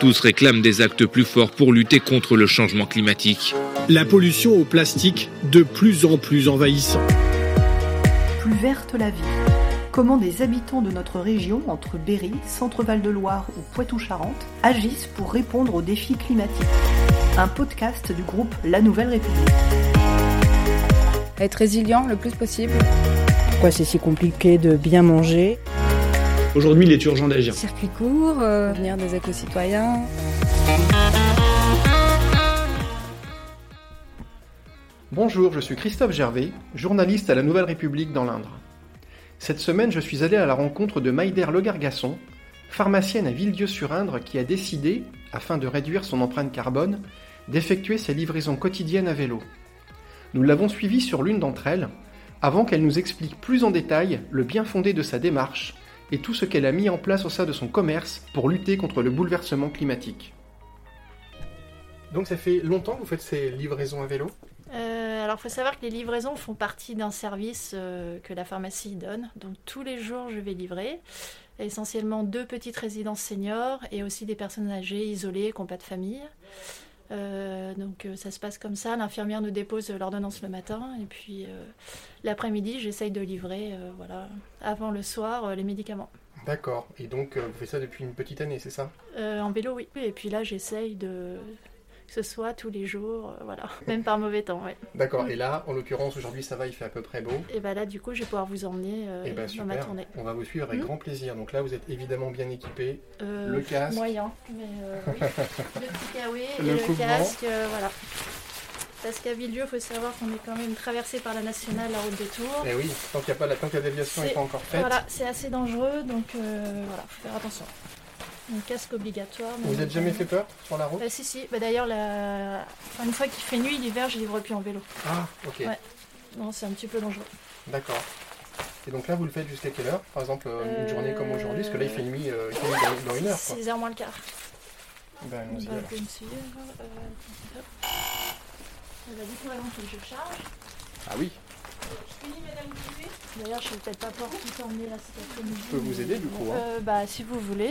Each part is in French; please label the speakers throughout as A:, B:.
A: Tous réclament des actes plus forts pour lutter contre le changement climatique.
B: La pollution au plastique de plus en plus envahissant.
C: Plus verte la vie. Comment des habitants de notre région, entre Berry, Centre-Val de Loire ou Poitou-Charentes, agissent pour répondre aux défis climatiques. Un podcast du groupe La Nouvelle République.
D: Être résilient le plus possible.
E: Pourquoi c'est si compliqué de bien manger
F: Aujourd'hui, il est urgent d'agir.
D: Circuit court, euh, venir des éco-citoyens.
G: Bonjour, je suis Christophe Gervais, journaliste à la Nouvelle République dans l'Indre. Cette semaine, je suis allé à la rencontre de Maïder Le Gargasson, pharmacienne à Villedieu-sur-Indre qui a décidé, afin de réduire son empreinte carbone, d'effectuer ses livraisons quotidiennes à vélo. Nous l'avons suivie sur l'une d'entre elles, avant qu'elle nous explique plus en détail le bien fondé de sa démarche et tout ce qu'elle a mis en place au sein de son commerce pour lutter contre le bouleversement climatique. Donc ça fait longtemps que vous faites ces livraisons à vélo
H: Euh, alors, il faut savoir que les livraisons font partie d'un service euh, que la pharmacie donne. Donc, tous les jours, je vais livrer essentiellement deux petites résidences seniors et aussi des personnes âgées isolées qui n'ont pas de famille. Euh, donc, euh, ça se passe comme ça. L'infirmière nous dépose euh, l'ordonnance le matin et puis euh, l'après-midi, j'essaye de livrer, euh, voilà, avant le soir, euh, les médicaments.
G: D'accord, et donc euh, vous faites ça depuis une petite année, c'est ça
H: Euh, en vélo, oui. Et puis là, j'essaye de que ce soit tous les jours, euh, voilà, même par mauvais temps, ouais.
G: D'accord, et là, en l'occurrence, aujourd'hui ça va, il fait à peu près beau.
H: Et bah là, du coup, je vais pouvoir vous emmener euh,
G: Eh ben,
H: dans ma
G: super.
H: tournée.
G: On va vous suivre avec
H: Mhm.
G: grand plaisir. Donc là, vous êtes évidemment bien équipé.
H: Euh,
G: Le casque.
H: Moyen, mais euh, oui. le petit kawaii et
G: Le
H: le,
G: couvent.
H: casque, euh, voilà. Parce qu'à Villedieu, il faut savoir qu'on est quand même traversé par la nationale, la route de Tours.
G: Eh oui, tant qu'il y a pas la, tant que la déviation n'est
H: Oh. C'est-
G: pas encore faite.
H: Voilà, c'est assez dangereux, donc euh, voilà, faut faire attention. Donc casque obligatoire. mais-
G: Vous n'êtes jamais fait peur sur la route
H: Bah, si, si. Bah, D'ailleurs, la... enfin, une fois qu'il fait nuit, l'hiver, je livre plus en vélo.
G: Ah, ok,
H: Ouais. Non, c'est un petit peu dangereux.
G: d'accord. Et donc là, vous le faites jusqu'à quelle heure Par exemple, euh, une
H: Euh,
G: journée comme aujourd'hui, parce que là, il fait nuit, euh, il fait nuit dans, dans une heure. Quoi.
H: 6h moins le quart.
G: Ben, allons-y
H: Bah,
G: alors.
H: vous me suivez, euh, hop. Euh, bah, du coup, avant que je charge.
G: Ah oui,
H: D'ailleurs, je vais peut-être pas pouvoir tout emmener là cet après-midi.
G: je peux vous aider du coup. hein.
H: Euh, bah, si vous voulez.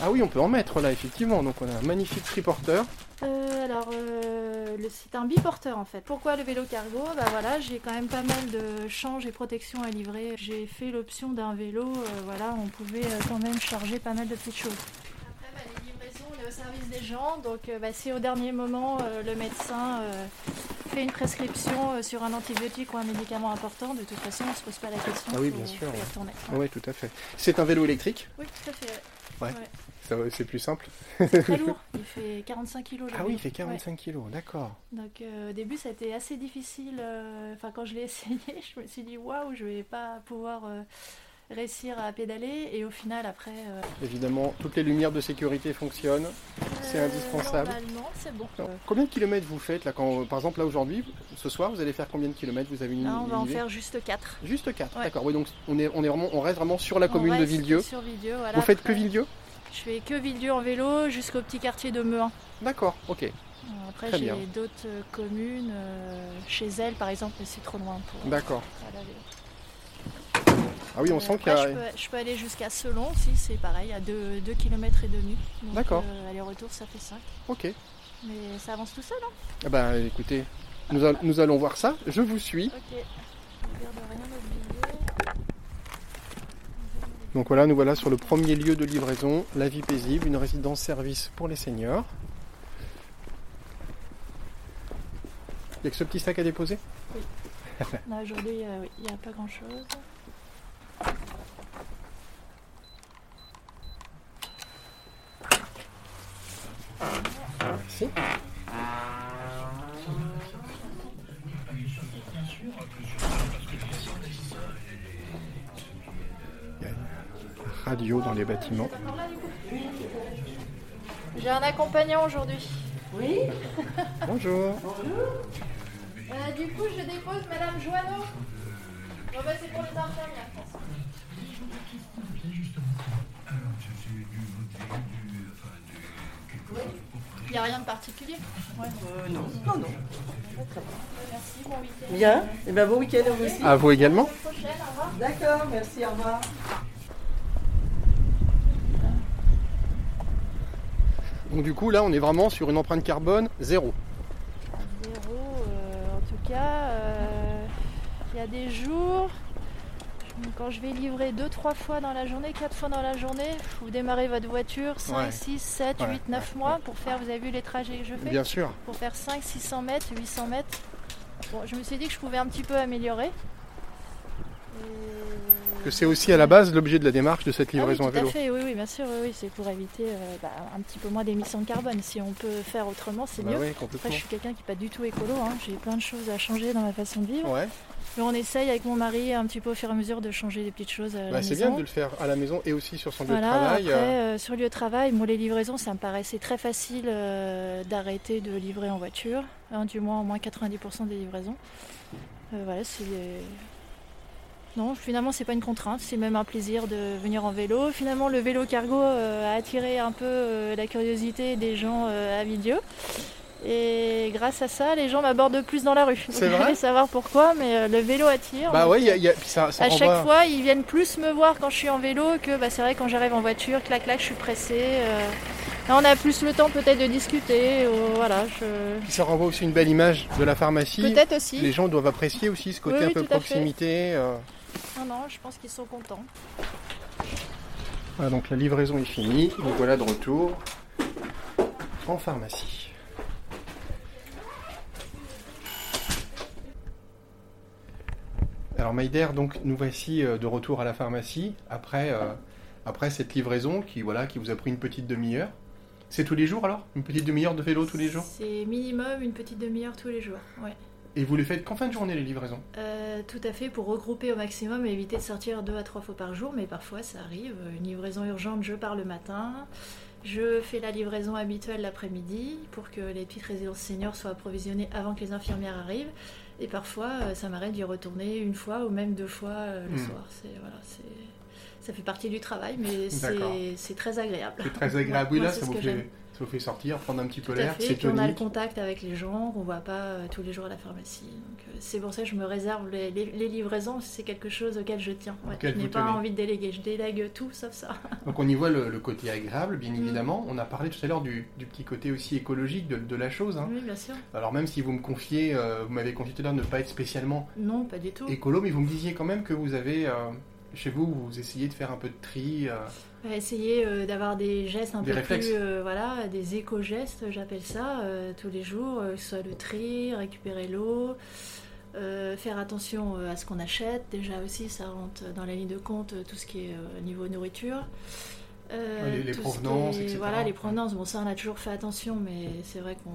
G: Ah oui, on peut en mettre là, effectivement. Donc on a un magnifique triporteur.
H: Euh, alors, euh, le- c'est un biporteur en fait. Pourquoi le vélo cargo Bah voilà, j'ai quand même pas mal de changes et protections à livrer. J'ai fait l'option d'un vélo, euh, voilà, on pouvait euh, quand même charger pas mal de petites choses. Après, bah, les livraisons, on est au service des gens, donc euh, bah, si au dernier moment euh, le médecin euh, fait une prescription euh, sur un antibiotique ou un médicament important, de toute façon, on se pose pas la question.
G: Ah oui,
H: faut-
G: bien sûr,
H: faut y
G: ouais.
H: retourner.
G: Oui, tout à fait. C'est un vélo électrique,
H: Oui, tout à fait.
G: ça, c'est plus simple.
H: C'est très lourd. Il fait 45 kilos.
G: Ah oui, il fait 45 kg, d'accord.
H: Donc euh, au début, ça a été assez difficile. euh, Enfin, quand je l'ai essayé, je me suis dit waouh, je vais pas pouvoir euh, réussir à pédaler. Et au final, après, euh,
G: Évidemment, toutes les lumières de sécurité fonctionnent. C'est
H: euh,
G: indispensable.
H: Normalement, c'est bon.
G: Alors, Combien de kilomètres vous faites là quand, par exemple là aujourd'hui, ce soir vous allez faire combien de kilomètres Vous avez une,
H: Là, on
G: une
H: va en
G: idée
H: faire juste 4.
G: Juste 4,
H: Ouais.
G: d'accord. Oui, donc on, est, on, est vraiment, on reste vraiment sur la commune de Villedieu.
H: Sur Villedieu, voilà.
G: Vous faites que
H: Après,
G: Villedieu
H: Je fais que Villedieu en vélo jusqu'au petit quartier de Meuhan.
G: D'accord, ok.
H: Alors, Après,
G: Très
H: j'ai
G: bien.
H: d'autres euh, communes, euh, chez elles par exemple, mais c'est trop loin pour
G: D'accord.
H: faire la vélo.
G: Ah oui, on
H: Euh,
G: sent qu'il y
H: après,
G: a.
H: je, peux, je peux aller jusqu'à Selon, si c'est pareil, à 2 km et demi. Donc,
G: D'accord.
H: euh, aller-retour, ça fait 5.
G: Ok.
H: Mais ça avance tout seul, hein
G: Eh ben écoutez, nous, a- nous allons voir ça. Je vous suis.
H: Ok. Je garde rien oublier.
G: Donc voilà, nous voilà sur le premier lieu de livraison, la vie paisible, une résidence service pour les seniors. Il y a que ce petit sac à déposer
H: Non, aujourd'hui, euh, oui, il n'y a pas grand-chose.
G: Merci. Il y a une radio dans les bâtiments.
H: J'ai un accompagnant aujourd'hui.
G: Bonjour.
H: Euh, du coup, je dépose Madame Joanneau. Bon, bah, c'est pour les infirmières. Il n'y a rien de particulier
I: Bien, et ben bon week-end à vous aussi.
G: À vous également.
H: Prochaine, au revoir.
I: D'accord, merci, au revoir.
G: Donc du coup là on est vraiment sur une empreinte carbone zéro.
H: Zéro, euh, en tout cas, euh, il y a des jours, je- quand je vais livrer 2-3 fois dans la journée, 4 fois dans la journée, vous démarrez votre voiture 5,
G: Ouais.
H: 6, 7,
G: Ouais,
H: 8, 9
G: ouais,
H: mois pour faire, vous avez vu les trajets que je fais
G: Bien sûr.
H: Pour faire 5, 600 mètres, 800 mètres. Bon, je me suis dit que je pouvais un petit peu améliorer. Ah Et-
G: Que c'est aussi à la base l'objet de la démarche de cette
H: Ah oui,
G: livraison
H: tout
G: à vélo.
H: à fait, oui, oui, bien sûr, oui, oui, c'est pour éviter euh, bah, un petit peu moins d'émissions de carbone. Si on peut faire autrement, c'est
G: Bah
H: mieux.
G: oui,
H: Après,
G: complètement.
H: je suis quelqu'un qui n'est pas du tout écolo, hein. j'ai plein de choses à changer dans ma façon de vivre.
G: Ouais.
H: Mais on essaye avec mon mari un petit peu au fur et à mesure de changer des petites choses euh, à la
G: Bah, c'est bien
H: maison.
G: de le faire à la maison et aussi sur son lieu
H: Voilà,
G: de travail.
H: après,
G: euh,
H: euh, sur lieu de travail, moi, les livraisons, ça me paraissait très facile euh, d'arrêter de livrer en voiture, hein, du moins au moins 90% des livraisons. Euh, voilà, c'est. euh, Non, finalement, c'est pas une contrainte, c'est même un plaisir de venir en vélo. Finalement, le vélo cargo euh, a attiré un peu euh, la curiosité des gens euh, avidieux. Et grâce à ça, les gens m'abordent plus dans la rue.
G: C'est
H: Vous
G: vrai
H: allez savoir pourquoi, mais euh, le vélo attire.
G: Bah
H: donc,
G: ouais, il y a- il y a- puis ça, ça
H: à
G: renvoie-
H: chaque fois, ils viennent plus me voir quand je suis en vélo que bah, c'est vrai quand j'arrive en voiture, clac clac, je suis pressée. euh. Là, on a plus le temps peut-être de discuter. ou voilà, je...
G: puis ça renvoie aussi une belle image de la pharmacie.
H: peut-être aussi.
G: Les gens doivent apprécier aussi ce côté
H: Oui,
G: un
H: oui,
G: peu
H: tout à fait.
G: proximité. euh.
H: Non, non, je pense qu'ils sont contents.
G: Voilà, Ah, donc la livraison est finie. Nous voilà de retour en pharmacie. Alors Maïder, donc nous voici euh, de retour à la pharmacie après, euh, après cette livraison qui, voilà, qui vous a pris une petite demi-heure. C'est tous les jours alors Une petite demi-heure de vélo tous les jours
H: C'est minimum une petite demi-heure tous les jours. Ouais.
G: Et vous les faites qu'en fin de journée les livraisons
H: Euh, tout à fait, pour regrouper au maximum et éviter de sortir deux à trois fois par jour, mais parfois ça arrive. Une livraison urgente, je pars le matin. Je fais la livraison habituelle l'après-midi pour que les petites résidences seniors soient approvisionnées avant que les infirmières arrivent. Et parfois, euh, ça m'arrête d'y retourner une fois ou même deux fois euh, le
G: Mm.
H: soir. C'est, voilà, c'est, ça fait partie du travail, mais
G: D'accord.
H: c'est, c'est très agréable.
G: C'est très agréable. Oui,
H: Moi,
G: là,
H: c'est
G: ça
H: ce
G: vous,
H: que j'aime.
G: fait, ça vous fait sortir, prendre un petit peu
H: Tout à
G: l'air,
H: fait,
G: c'est
H: et puis on a le
G: tonique.
H: contact avec les gens qu'on voit pas euh, tous les jours à la pharmacie. Donc, euh, c'est pour ça que je me réserve les, les- les livraisons, c'est quelque chose auquel je tiens. Ouais,
G: Auquel
H: je n'ai
G: vous
H: pas
G: tenez.
H: envie de déléguer, je délègue tout sauf ça.
G: Donc on y voit le, le côté agréable, bien
H: Mm.
G: évidemment. On a parlé tout à l'heure du, du petit côté aussi écologique de, de la chose. hein.
H: Oui, bien sûr.
G: Alors même si vous me confiez, euh, vous m'avez confié tout à l'heure de ne pas être spécialement
H: Non, pas du tout.
G: écolo, mais vous me disiez quand même que vous avez, euh, chez vous, vous essayez de faire un peu de tri. euh.
H: On va Essayer euh, d'avoir des gestes un
G: Des
H: peu
G: réflexes.
H: plus, euh, voilà, des éco-gestes, j'appelle ça, euh, tous les jours, euh, que ce soit le tri, récupérer l'eau, euh, faire attention euh, à ce qu'on achète. Déjà aussi, ça rentre dans la ligne de compte euh, tout ce qui est euh, niveau nourriture. Euh,
G: Ouais, les- les
H: tout ce qui
G: provenances,
H: est-
G: etc.
H: Voilà, les provenances. Bon, ça, on a toujours fait attention, mais c'est vrai qu'on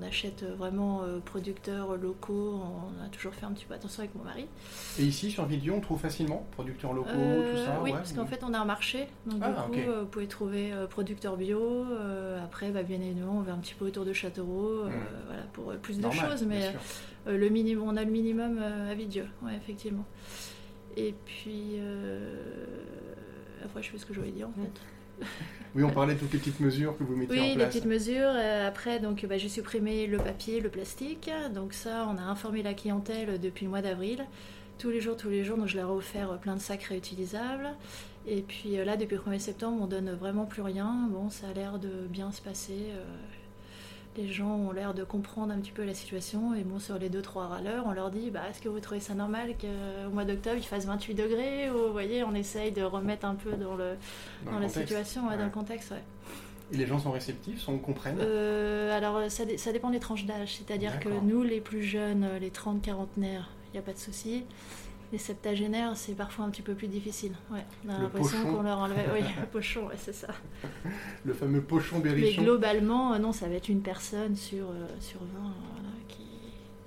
H: on achète vraiment euh, producteurs locaux. On a toujours fait un petit peu attention avec mon mari.
G: Et ici, sur Villion, on trouve facilement producteurs locaux,
H: Euh,
G: tout ça.
H: Oui,
G: ouais,
H: parce
G: vous-
H: qu'en fait, on a un marché. Donc,
G: Ah,
H: du coup,
G: ok.
H: euh, vous pouvez trouver euh, producteurs bio. euh, après, bah, bien évidemment, on va un petit peu autour de Châteauroux. euh,
G: Mm.
H: Voilà, pour euh, plus
G: Normal,
H: de choses.
G: bien
H: Mais
G: sûr.
H: euh, le minimum, on a le minimum euh, à Vidieu. Ouais, effectivement. Et puis. euh, Après, je sais ce que je voulais dire
G: Hmm.
H: en fait.
G: Oui, on parlait de toutes les petites mesures que vous mettez
H: Oui,
G: en
H: les
G: place.
H: petites mesures. Euh, Après, donc, bah, j'ai supprimé le papier, le plastique. Donc ça, on a informé la clientèle depuis le mois d'avril. Tous les jours, tous les jours, donc je leur ai offert euh, plein de sacs réutilisables. Et puis euh, là, depuis le 1er septembre, on donne vraiment plus rien. Bon, ça a l'air de bien se passer. euh, Les gens ont l'air de comprendre un petit peu la situation. Et bon, sur les 2-3 râleurs, on leur dit bah, est-ce que vous trouvez ça normal qu'au mois d'octobre, il fasse 28 degrés Ou, Vous voyez, on essaye de remettre un peu dans, le,
G: dans
H: dans
G: le
H: la
G: contexte.
H: situation, ouais,
G: Ouais.
H: dans le contexte. ouais.
G: Et les gens sont réceptifs, sont, comprennent.
H: Euh, alors, ça, dé- ça dépend des tranches d'âge. C'est-à-dire que
G: D'accord.
H: nous, les plus jeunes, euh, les 30 quarantenaires, il n'y a pas de souci. Les septagénaires, c'est parfois un petit peu plus difficile. Ouais, on a
G: Le
H: l'impression
G: pochon.
H: qu'on leur enlevait. Oui, le pochon, ouais, c'est ça.
G: Le fameux pochon
H: Mais
G: berrichon.
H: globalement, euh, non, ça va être une personne sur, euh, sur 20 euh, voilà, qui,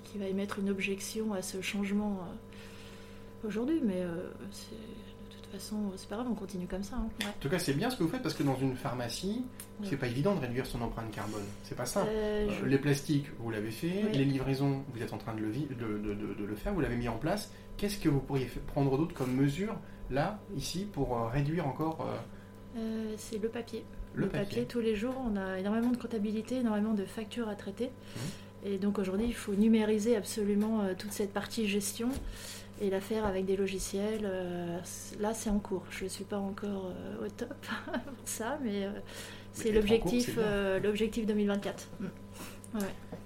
H: qui va émettre une objection à ce changement euh, aujourd'hui. Mais euh, c'est- de toute façon, euh, c'est pas grave, on continue comme ça. hein. Ouais.
G: En tout cas, c'est bien ce que vous faites parce que dans une pharmacie,
H: Oui.
G: c'est pas évident de réduire son empreinte carbone. C'est pas simple.
H: Euh,
G: Euh,
H: je-
G: Les plastiques, vous l'avez fait.
H: Oui.
G: Les livraisons, vous êtes en train de le, vi- de, de- de- de le faire, vous l'avez mis en place. Qu'est-ce que vous pourriez f- prendre d'autre comme mesure, là, ici, pour euh, réduire encore euh,
H: Euh, c'est le papier.
G: Le
H: Le papier, tous les jours, on a énormément de comptabilité, énormément de factures à traiter.
G: Mhm.
H: Et donc aujourd'hui, il faut numériser absolument euh, toute cette partie gestion et la faire avec des logiciels. euh, c- Là, c'est en cours. Je ne suis pas encore euh, au top pour ça, mais euh, c'est
G: être en cours, c'est
H: l'objectif
G: bien.
H: euh, l'objectif 2024. Mm.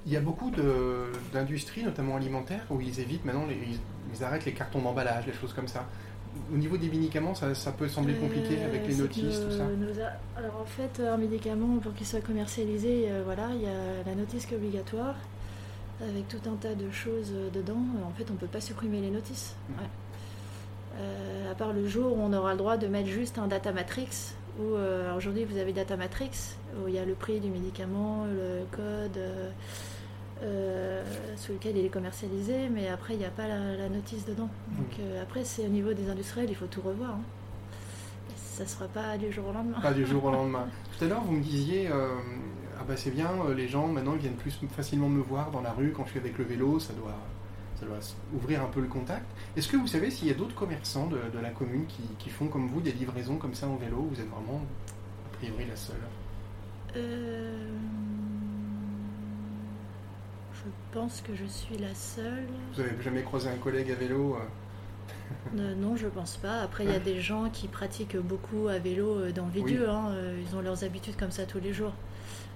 G: Il y a beaucoup de- d'industries, notamment alimentaires, où ils évitent maintenant, les, ils, ils arrêtent les cartons d'emballage, les choses comme ça. Au niveau des médicaments, ça, ça peut sembler compliqué
H: Euh,
G: avec les
H: c'est
G: notices,
H: que
G: tout ça.
H: nos a- Alors en fait, euh, un médicament, pour qu'il soit commercialisé, euh, voilà, il y a la notice qui est obligatoire, avec tout un tas de choses euh, dedans. Euh, En fait, on ne peut pas supprimer les notices.
G: Mhm.
H: Ouais. Euh, à part le jour où on aura le droit de mettre juste un data matrix, où euh, alors aujourd'hui vous avez data matrix, où il y a le prix du médicament, le code. euh, euh, sous lequel il est commercialisé, mais après il n'y a pas la, la notice dedans. Donc euh, après c'est au niveau des industriels, il faut tout revoir. hein. Ça sera pas du jour au lendemain.
G: Pas du jour au lendemain. Tout à l'heure, vous me disiez, euh, ah bah c'est bien, euh, les gens maintenant ils viennent plus facilement me voir dans la rue quand je suis avec le vélo, ça doit, ça doit s- ouvrir un peu le contact. Est-ce que vous savez s'il y a d'autres commerçants de, de la commune qui, qui font comme vous des livraisons comme ça en vélo Vous êtes vraiment, a priori, la seule.
H: Euh, Je pense que je suis la seule.
G: Vous avez jamais croisé un collègue à vélo euh,
H: Euh, non, je pense pas. Après, il y a des gens qui pratiquent beaucoup à vélo euh, dans le
G: Oui.
H: vieux, hein, euh, Ils ont leurs habitudes comme ça tous les jours.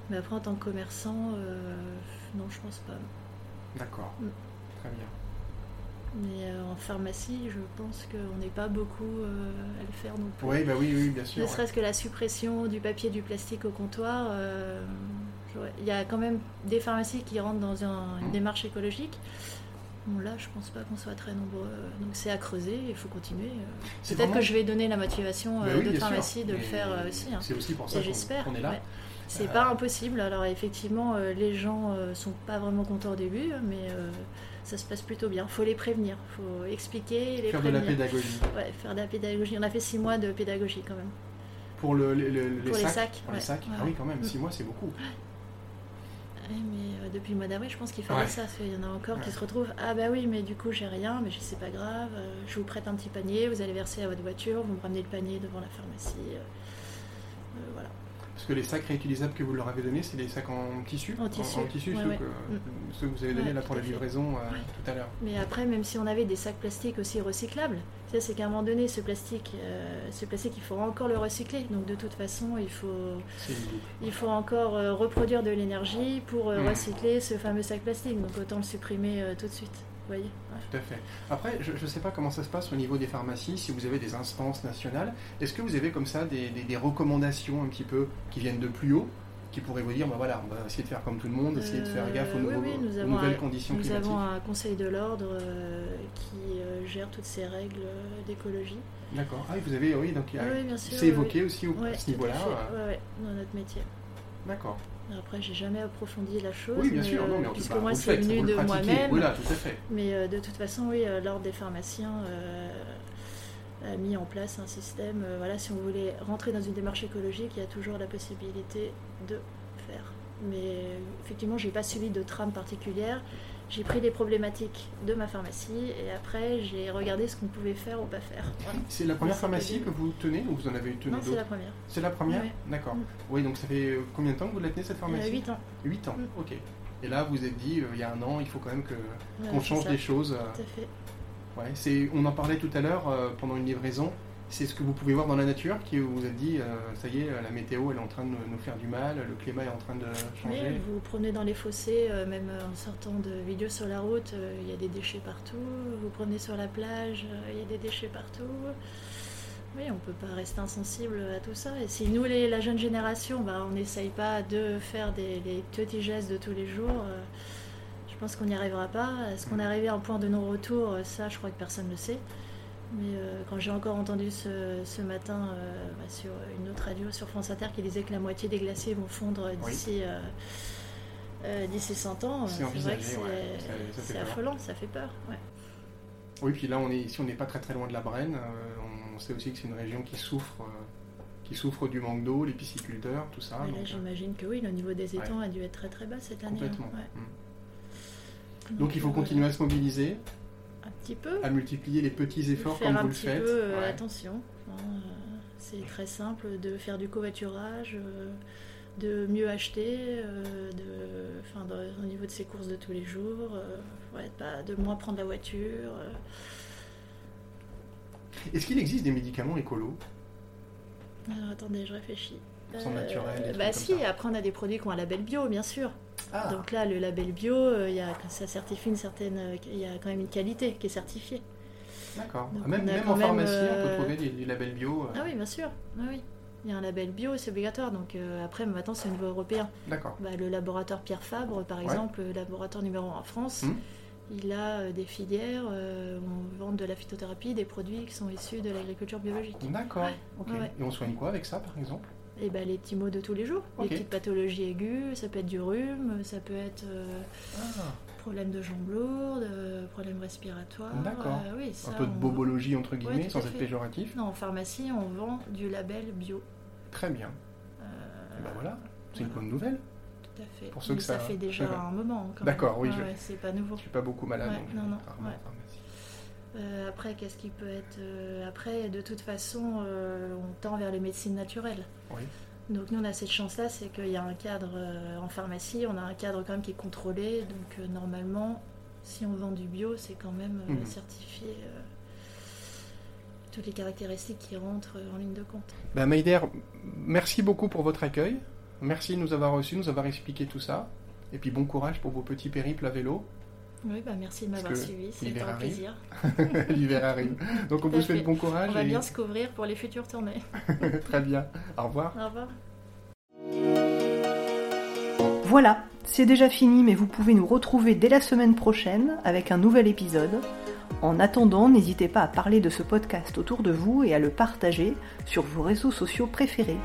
H: Mais après, en tant que commerçant, euh, non, je pense pas.
G: D'accord.
H: Mm.
G: Très bien.
H: Mais euh, en pharmacie, je pense qu'on n'est pas beaucoup euh, à le faire non plus.
G: Oui, bah oui, oui, bien sûr.
H: Ne serait-ce que la suppression du papier et du plastique au comptoir. euh, j'aurais- il y a quand même des pharmacies qui rentrent dans un-
G: Mm.
H: une démarche écologique. Bon, là, je pense pas qu'on soit très nombreux. Donc c'est à creuser, il faut continuer. euh.
G: C'est
H: Peut-être
G: vraiment-
H: que je vais donner la motivation
G: Bah oui,
H: euh, de
G: bien sûr.
H: pharmacie de le
G: Mais
H: faire euh, aussi. hein.
G: C'est aussi pour ça
H: Et
G: qu'on
H: j'espère.
G: qu'on est là.
H: ouais. C'est
G: Euh,
H: pas impossible. Alors effectivement, euh, les gens euh, sont pas vraiment contents au début, mais euh, ça se passe plutôt bien. Faut les prévenir, faut expliquer, et les
G: Faire de
H: prévenir.
G: la pédagogie.
H: Ouais, faire de la pédagogie. On a fait six mois de pédagogie quand même.
G: Pour, le, le- le-
H: Pour les sacs,
G: Pour
H: ouais.
G: les sacs.
H: Ouais.
G: Ah oui, quand même,
H: Mm.
G: 6 mois, c'est beaucoup.
H: Ouais, mais euh, depuis le mois d'avril, je pense qu'il fallait
G: Ouais.
H: ça, parce qu'il y en a encore
G: Ouais.
H: qui se retrouvent. Ah bah oui, mais du coup j'ai rien, mais je- c'est pas grave. euh, je vous prête un petit panier, vous allez verser à votre voiture, vous me ramenez le panier devant la pharmacie. euh, euh, voilà.
G: Parce que les sacs réutilisables que vous leur avez donnés, c'est des sacs en tissu
H: En tissu, ouais,
G: ceux,
H: ouais.
G: Que,
H: Mm.
G: ceux que vous avez donnés
H: Ouais,
G: là
H: tout
G: pour
H: à
G: la
H: fait.
G: livraison euh,
H: Ouais.
G: tout à l'heure.
H: Mais après, même si on avait des sacs plastiques aussi recyclables, tu sais, c'est qu'à un moment donné, ce plastique, euh, ce plastique, il faut encore le recycler. Donc de toute façon, il faut,
G: C'est une boucle.
H: il faut encore euh, reproduire de l'énergie pour euh,
G: Mm.
H: recycler ce fameux sac plastique. Donc autant le supprimer euh, tout de suite. Vous voyez Ouais.
G: Tout à fait. Après, je ne sais pas comment ça se passe au niveau des pharmacies, si vous avez des instances nationales. Est-ce que vous avez comme ça des, des- des recommandations un petit peu qui viennent de plus haut qui pourraient vous dire, bah voilà, on va essayer de faire comme tout le monde, essayer de faire
H: Euh,
G: gaffe aux,
H: oui,
G: nouveaux-
H: oui, nous
G: aux
H: avons
G: nouvelles
H: un-
G: conditions
H: Nous
G: climatiques.
H: avons un conseil de l'ordre euh, qui euh, gère toutes ces règles euh, d'écologie.
G: D'accord. Ah, et vous avez, oui, donc il y a-
H: oui, bien sûr.
G: c'est
H: oui,
G: évoqué aussi au-
H: oui. Ouais,
G: à ce
H: tout à
G: niveau-là.
H: fait.
G: euh,
H: Ouais, ouais, dans notre métier.
G: D'accord.
H: Après, j'ai jamais approfondi la chose.
G: Oui, bien
H: mais,
G: sûr.
H: euh,
G: Non, mais en tout
H: puisque
G: cas, vous
H: moi,
G: le
H: c'est
G: faites,
H: venu
G: vous le
H: de
G: pratiquez.
H: moi-même.
G: Voilà, tout à fait.
H: Mais euh, de toute façon, oui, euh, l'ordre des pharmaciens euh, a mis en place un système. euh, voilà, si on voulait rentrer dans une démarche écologique, il y a toujours la possibilité de faire. Mais euh, effectivement, j'ai pas suivi de trame particulière. J'ai pris les problématiques de ma pharmacie et après j'ai regardé ce qu'on pouvait faire ou pas faire.
G: C'est la première
H: c'est
G: pharmacie
H: que-
G: que vous tenez ou vous en avez eu tenu
H: Non, c'est
G: d'autres
H: la première.
G: C'est la première
H: Ouais.
G: D'accord.
H: Mm.
G: Oui, donc ça fait euh, combien de temps que vous la tenez cette
H: Il y a
G: pharmacie
H: 8 ans.
G: 8 ans,
H: Mm.
G: ok. Et là, vous vous êtes dit, euh, il y a un an, il faut quand même que-
H: Voilà,
G: qu'on
H: c'est
G: change
H: ça.
G: des choses. euh,
H: Tout à fait.
G: ouais. C'est- On en parlait tout à l'heure euh, pendant une livraison. C'est ce que vous pouvez voir dans la nature qui vous a dit, euh, ça y est, euh, la météo, elle est en train de nous nous faire du mal, le climat est en train de
H: Oui,
G: changer.
H: vous vous promenez dans les fossés, euh, même euh, en sortant de vidéos sur la route, euh, il y a des déchets partout. Vous vous promenez sur la plage, euh, il y a des déchets partout. Oui, on ne peut pas rester insensible à tout ça. Et si nous, les- la jeune génération, bah, on n'essaye pas de faire des, les petits gestes de tous les jours, euh, je pense qu'on n'y arrivera pas. Est-ce qu'on est arrivé à un point de non-retour Euh, Ça, je crois que personne ne le sait. Mais euh, quand j'ai encore entendu ce, ce matin euh, bah, sur une autre radio sur France Inter qui disait que la moitié des glaciers vont fondre
G: Oui.
H: d'ici euh, euh, d'ici 100 ans, euh,
G: C'est
H: c'est vrai
G: envisagé,
H: que c'est
G: ouais. Ça- ça fait
H: c'est
G: peur.
H: affolant, ça fait peur. ouais.
G: Oui, puis là, on est, ici, on n'est pas très très loin de la Brenne. euh, on sait aussi que c'est une région qui souffre, euh, qui souffre du manque d'eau, les pisciculteurs, tout ça.
H: Mais
G: donc,
H: là,
G: euh,
H: j'imagine que oui, le niveau des étangs a dû être très très bas cette année. hein.
G: complètement.
H: Ouais.
G: Mm. Donc il faut
H: euh,
G: continuer à se mobiliser,
H: Un petit peu.
G: à multiplier les petits efforts
H: faire
G: comme
H: un
G: vous le
H: petit
G: faites.
H: peu euh,
G: Ouais.
H: attention. hein, euh, c'est très simple de faire du covoiturage. euh, de mieux acheter, euh, de, enfin, de- au niveau de ses courses de tous les jours, euh, ouais, de pas- de moins prendre la voiture. euh.
G: Est-ce qu'il existe des médicaments écolos
H: Alors, attendez, je réfléchis.
G: Sans naturel, des trucs
H: bah
G: comme
H: si,
G: ça.
H: après on a des produits qui ont un label bio, bien sûr.
G: Ah,
H: Donc là, le label bio, euh, il y a, ça certifie une certaine, euh, il y a quand même une qualité qui est certifiée.
G: d'accord.
H: donc
G: Ah, même
H: on a
G: même
H: quand
G: en
H: même,
G: pharmacie, on peut
H: euh,
G: trouver du, du label bio. euh,
H: Ah oui, bien sûr. Ah oui. Il y a un label bio, c'est obligatoire. Donc euh, après, maintenant, c'est au niveau européen.
G: D'accord.
H: Bah, le laboratoire Pierre Fabre, par
G: Ouais.
H: exemple, le laboratoire numéro 1 en France,
G: Mhm.
H: il a euh, des filières euh, où on vend de la phytothérapie, des produits qui sont issus de l'agriculture biologique.
G: D'accord.
H: Ouais,
G: ok.
H: ouais, ouais.
G: Et on soigne quoi avec ça, par exemple
H: Et bah, les petits maux de tous les jours,
G: Ok.
H: les petites pathologies aiguës, ça peut être du rhume, ça peut être euh,
G: Ah,
H: problème de jambes lourdes, euh, problème respiratoire.
G: D'accord.
H: euh, oui, ça,
G: Un peu de
H: on-
G: bobologie, entre guillemets,
H: tout
G: sans
H: à
G: être
H: fait.
G: péjoratif.
H: Non, en pharmacie, on vend du label bio.
G: Très bien.
H: Euh,
G: Et ben voilà, c'est une
H: voilà.
G: bonne nouvelle.
H: Tout à fait.
G: Pour ceux
H: Mais
G: que
H: ça,
G: ça-
H: fait déjà
G: Ouais.
H: un moment. quand même.
G: D'accord, oui,
H: Ouais,
G: je-
H: ouais, c'est pas nouveau.
G: Je suis pas beaucoup malade.
H: Ouais,
G: donc je
H: non,
G: vais
H: non,
G: rarement
H: ouais.
G: en pharmacie.
H: Euh, après, qu'est-ce qui peut être euh, Après, de toute façon, euh, on tend vers les médecines naturelles.
G: Oui.
H: Donc nous, on a cette chance-là, c'est qu'il y a un cadre euh, en pharmacie, on a un cadre quand même qui est contrôlé. Donc euh, normalement, si on vend du bio, c'est quand même euh,
G: Mhm.
H: certifié. euh, toutes les caractéristiques qui rentrent euh, en ligne de compte.
G: Bah, Maïder, merci beaucoup pour votre accueil. Merci de nous avoir reçus, de nous avoir expliqué tout ça. Et puis bon courage pour vos petits périples à vélo.
H: Oui, bah merci de
G: Parce
H: m'avoir
G: que
H: suivi, c'est
G: l'hiver
H: un
G: arrive.
H: plaisir.
G: L'hiver arrive. Donc on
H: Tout à
G: vous souhaite
H: fait.
G: bon
H: On
G: courage.
H: va
G: et-
H: bien se couvrir pour les futures tournées.
G: Très bien. Au revoir.
H: Au revoir.
C: Voilà, c'est déjà fini, mais vous pouvez nous retrouver dès la semaine prochaine avec un nouvel épisode. En attendant, n'hésitez pas à parler de ce podcast autour de vous et à le partager sur vos réseaux sociaux préférés.